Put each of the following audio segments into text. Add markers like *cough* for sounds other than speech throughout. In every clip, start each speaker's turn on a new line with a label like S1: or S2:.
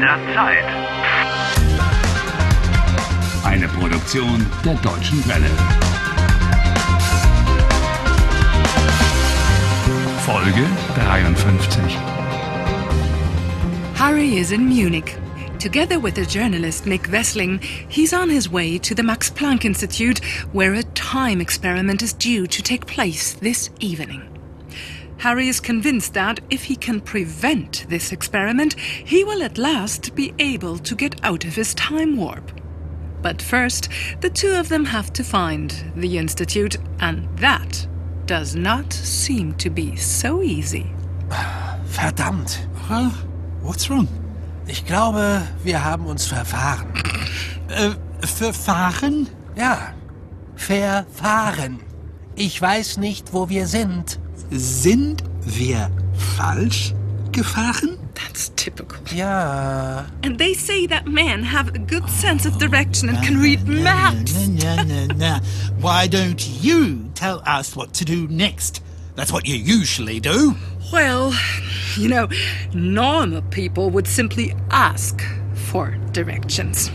S1: der Zeit.
S2: Eine Produktion der Deutschen Welle. Folge 53.
S3: Harry is in Munich. Together with the journalist Nick Wessling, he's on his way to the Max Planck Institute, where a time experiment is due to take place this evening. Harry is convinced that if he can prevent this experiment, he will at last be able to get out of his time warp. But first, the two of them have to find the Institute, and that does not seem to be so easy.
S4: Verdammt.
S5: Huh? What's wrong?
S4: Ich glaube, wir haben uns verfahren.
S5: Äh, verfahren?
S4: Ja, verfahren. Ich weiß nicht, wo wir sind.
S5: Sind wir falsch gefahren?
S3: That's typical.
S4: Ja,
S3: And they say that men have a good sense of direction and can read maps.
S5: Na, na, na, na. Why don't you tell us what to do next? That's what you usually do.
S3: Well, you know, normal people would simply ask for directions.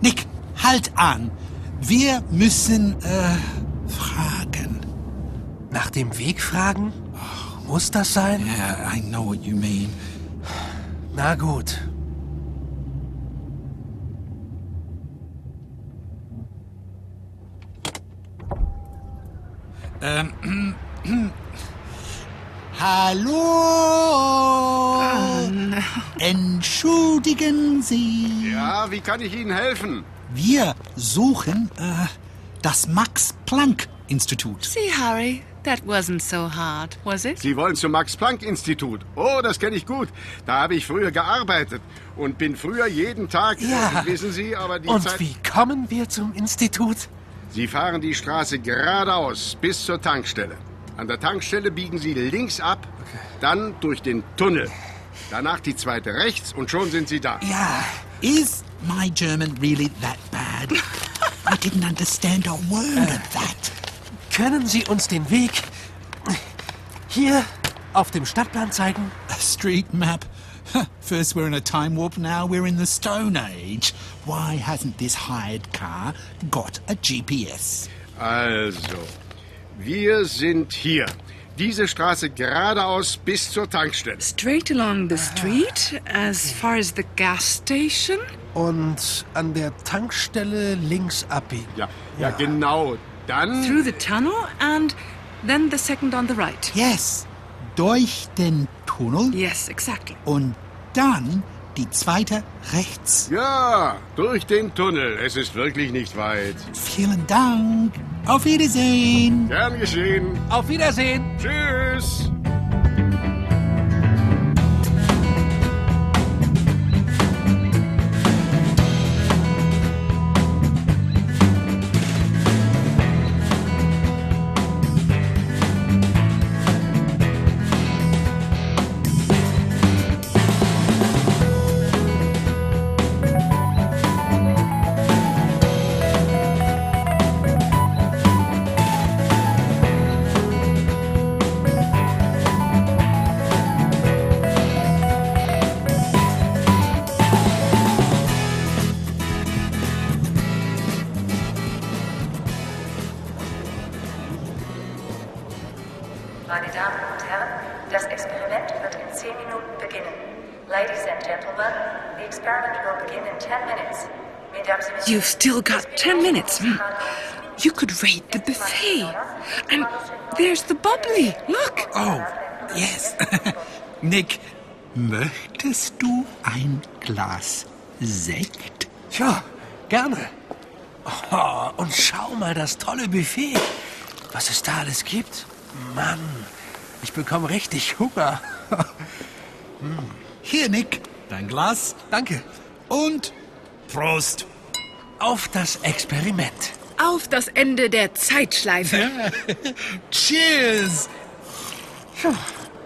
S5: Nick, halt an. Wir müssen äh, fragen.
S4: nach dem Weg fragen? Muss das sein?
S5: Yeah, I know what you mean.
S4: Na gut.
S5: Ähm, *clears throat* Hallo. Entschuldigen Sie.
S6: Ja, wie kann ich Ihnen helfen?
S5: Wir suchen äh, das Max Planck Institut.
S3: See, Harry, that wasn't so hard, was it?
S6: Sie wollen zum Max-Planck-Institut. Oh, das kenne ich gut. Da habe ich früher gearbeitet und bin früher jeden Tag.
S4: Ja.
S6: äh, Wissen Sie, aber die
S4: Und
S6: Zeit.
S4: wie kommen wir zum Institut?
S6: Sie fahren die Straße geradeaus bis zur Tankstelle. An der Tankstelle biegen Sie links ab, dann durch den Tunnel. Danach die zweite rechts und schon sind Sie da.
S4: Ja,
S5: Is my German really that bad? I didn't understand a word of that.
S4: können Sie uns den Weg hier auf dem Stadtplan zeigen?
S5: A street map. Huh, First we're in a time warp, now we're in the Stone Age. Why hasn't this hired car got a GPS?
S6: Also, wir sind hier. Diese Straße geradeaus bis zur Tankstelle.
S3: Straight along the street, as far as the gas station.
S4: Und an der Tankstelle links abbiegen.
S6: Ja, ja, genau. Dann.
S3: through the tunnel and then the second on the right.
S5: Yes, durch den Tunnel
S3: Yes, exactly.
S5: und dann die zweite rechts.
S6: Ja, durch den Tunnel. Es ist wirklich nicht weit.
S5: Vielen Dank. Auf Wiedersehen.
S6: Gern geschehen.
S4: Auf Wiedersehen!
S6: Tschüss.
S7: Meine Damen und Herren, das Experiment wird in 10 Minuten beginnen. Ladies and gentlemen, the experiment will begin in 10 minutes. Mesdames et messieurs,
S3: You've still got 10 minutes. Hmm. You could raid the buffet. And there's the bubbly. Look.
S5: Oh, yes. Nick,
S4: Ne?
S5: möchtest du ein Glas Sekt?
S4: Ja, gerne. Oh, und schau mal das tolle Buffet, was es da alles gibt. Mann, ich bekomme richtig Hunger.
S5: Hier, Nick, dein Glas
S4: *laughs* Danke.
S5: und Prost.
S4: Auf das Experiment.
S3: Auf das Ende der Zeitschleife.
S5: Cheers.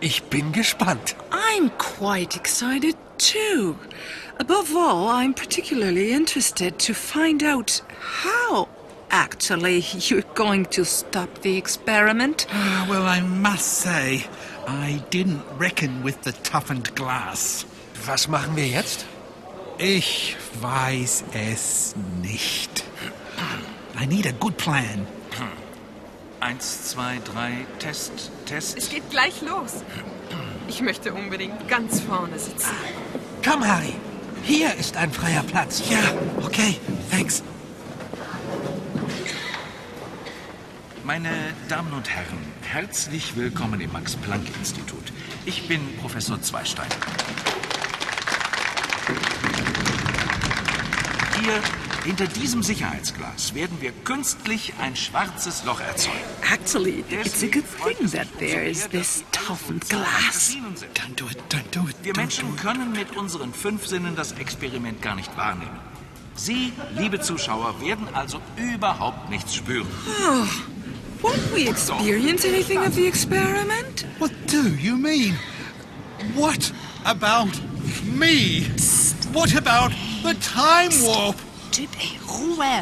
S4: Ich bin gespannt.
S3: I'm quite excited too. Above all, I'm particularly interested to find out how actually *laughs* you're going to stop the experiment.
S5: Ah, well, I must say, I didn't reckon with the toughened glass.
S4: was machen wir jetzt?
S5: Ich weiß es nicht. I need a good plan.
S1: Eins, zwei, drei, Test,
S8: Es
S1: Test.
S8: geht gleich los. Ich möchte unbedingt ganz vorne sitzen.
S4: Komm, Harry. Hier ist ein freier Platz.
S5: Ja, okay, thanks.
S1: Meine Damen und Herren, herzlich willkommen im Max-Planck-Institut. Ich bin Professor Zweistein. Hier, hinter diesem Sicherheitsglas, werden wir künstlich ein schwarzes Loch erzeugen.
S3: Actually, it's a good
S1: freut
S3: thing
S1: es
S3: that
S1: mich
S3: there
S1: umso
S3: is
S1: mehr,
S3: this
S1: dass
S3: Taufen
S1: Evolution
S3: glass.
S1: erschienen sind.
S5: Don't do it, don't do it.
S1: Wir
S5: don't do
S1: Menschen
S5: it.
S1: können mit unseren fünf Sinnen das Experiment gar nicht wahrnehmen. Sie, liebe Zuschauer, werden also überhaupt nichts spüren.
S3: Won't we experience anything of the experiment?
S5: What do you mean? What about me? What about the time warp?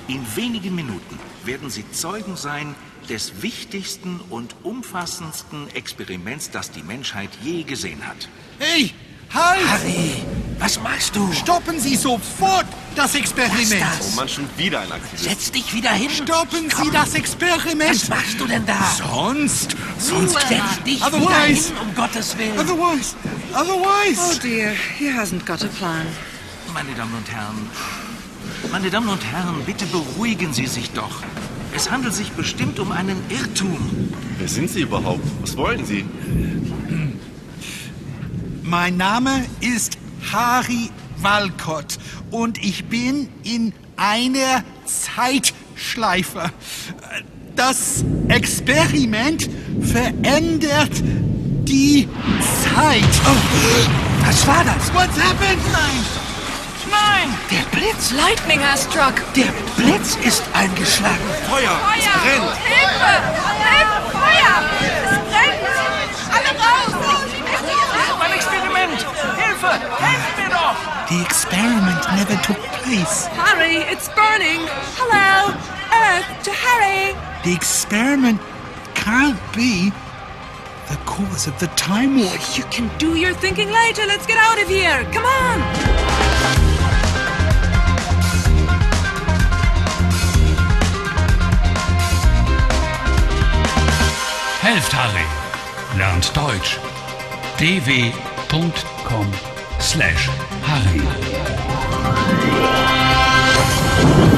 S1: In wenigen Minuten werden Sie Zeugen sein des wichtigsten und umfassendsten Experiments, das die Menschheit je gesehen hat.
S5: Hey, eh? halt!
S4: Harry, was machst du?
S5: Stoppen Sie sofort das Experiment!
S9: Man schon wieder ein Aktivist.
S4: Setz dich wieder hin.
S5: Stoppen Sie das
S4: Was
S5: Experiment!
S4: machst du denn da?
S5: Sonst,
S4: Sonst setz dich wieder
S5: Otherwise-
S4: hin, um Gottes Willen.
S5: otherwise, otherwise.
S3: Oh dear, he hasn't got a plan.
S1: Meine Damen und Herren, meine Damen und Herren, bitte beruhigen Sie sich doch. Es handelt sich bestimmt um einen Irrtum.
S9: Wer sind Sie überhaupt? Was wollen Sie?
S5: Mein Name ist Harry Walcott und ich bin in einer Zeitschleife. Das Experiment verändert die Zeit. Oh,
S4: Was war das?
S5: What's happened?
S4: Der Blitz.
S8: Lightning has struck.
S4: Der Blitz ist eingeschlagen.
S8: Feuer! Hilfe! Hilfe! Feuer! Es brennt! Alle raus! Mein Experiment! Hilfe! Helft mir doch!
S5: The experiment never took place.
S8: Harry, it's burning! Hello! Earth to Harry!
S5: The experiment can't be the cause of the time warp.
S3: You can do your thinking later. Let's get out of here. Come on.
S2: Helft Harry. Lernt Deutsch. dw.com/harry.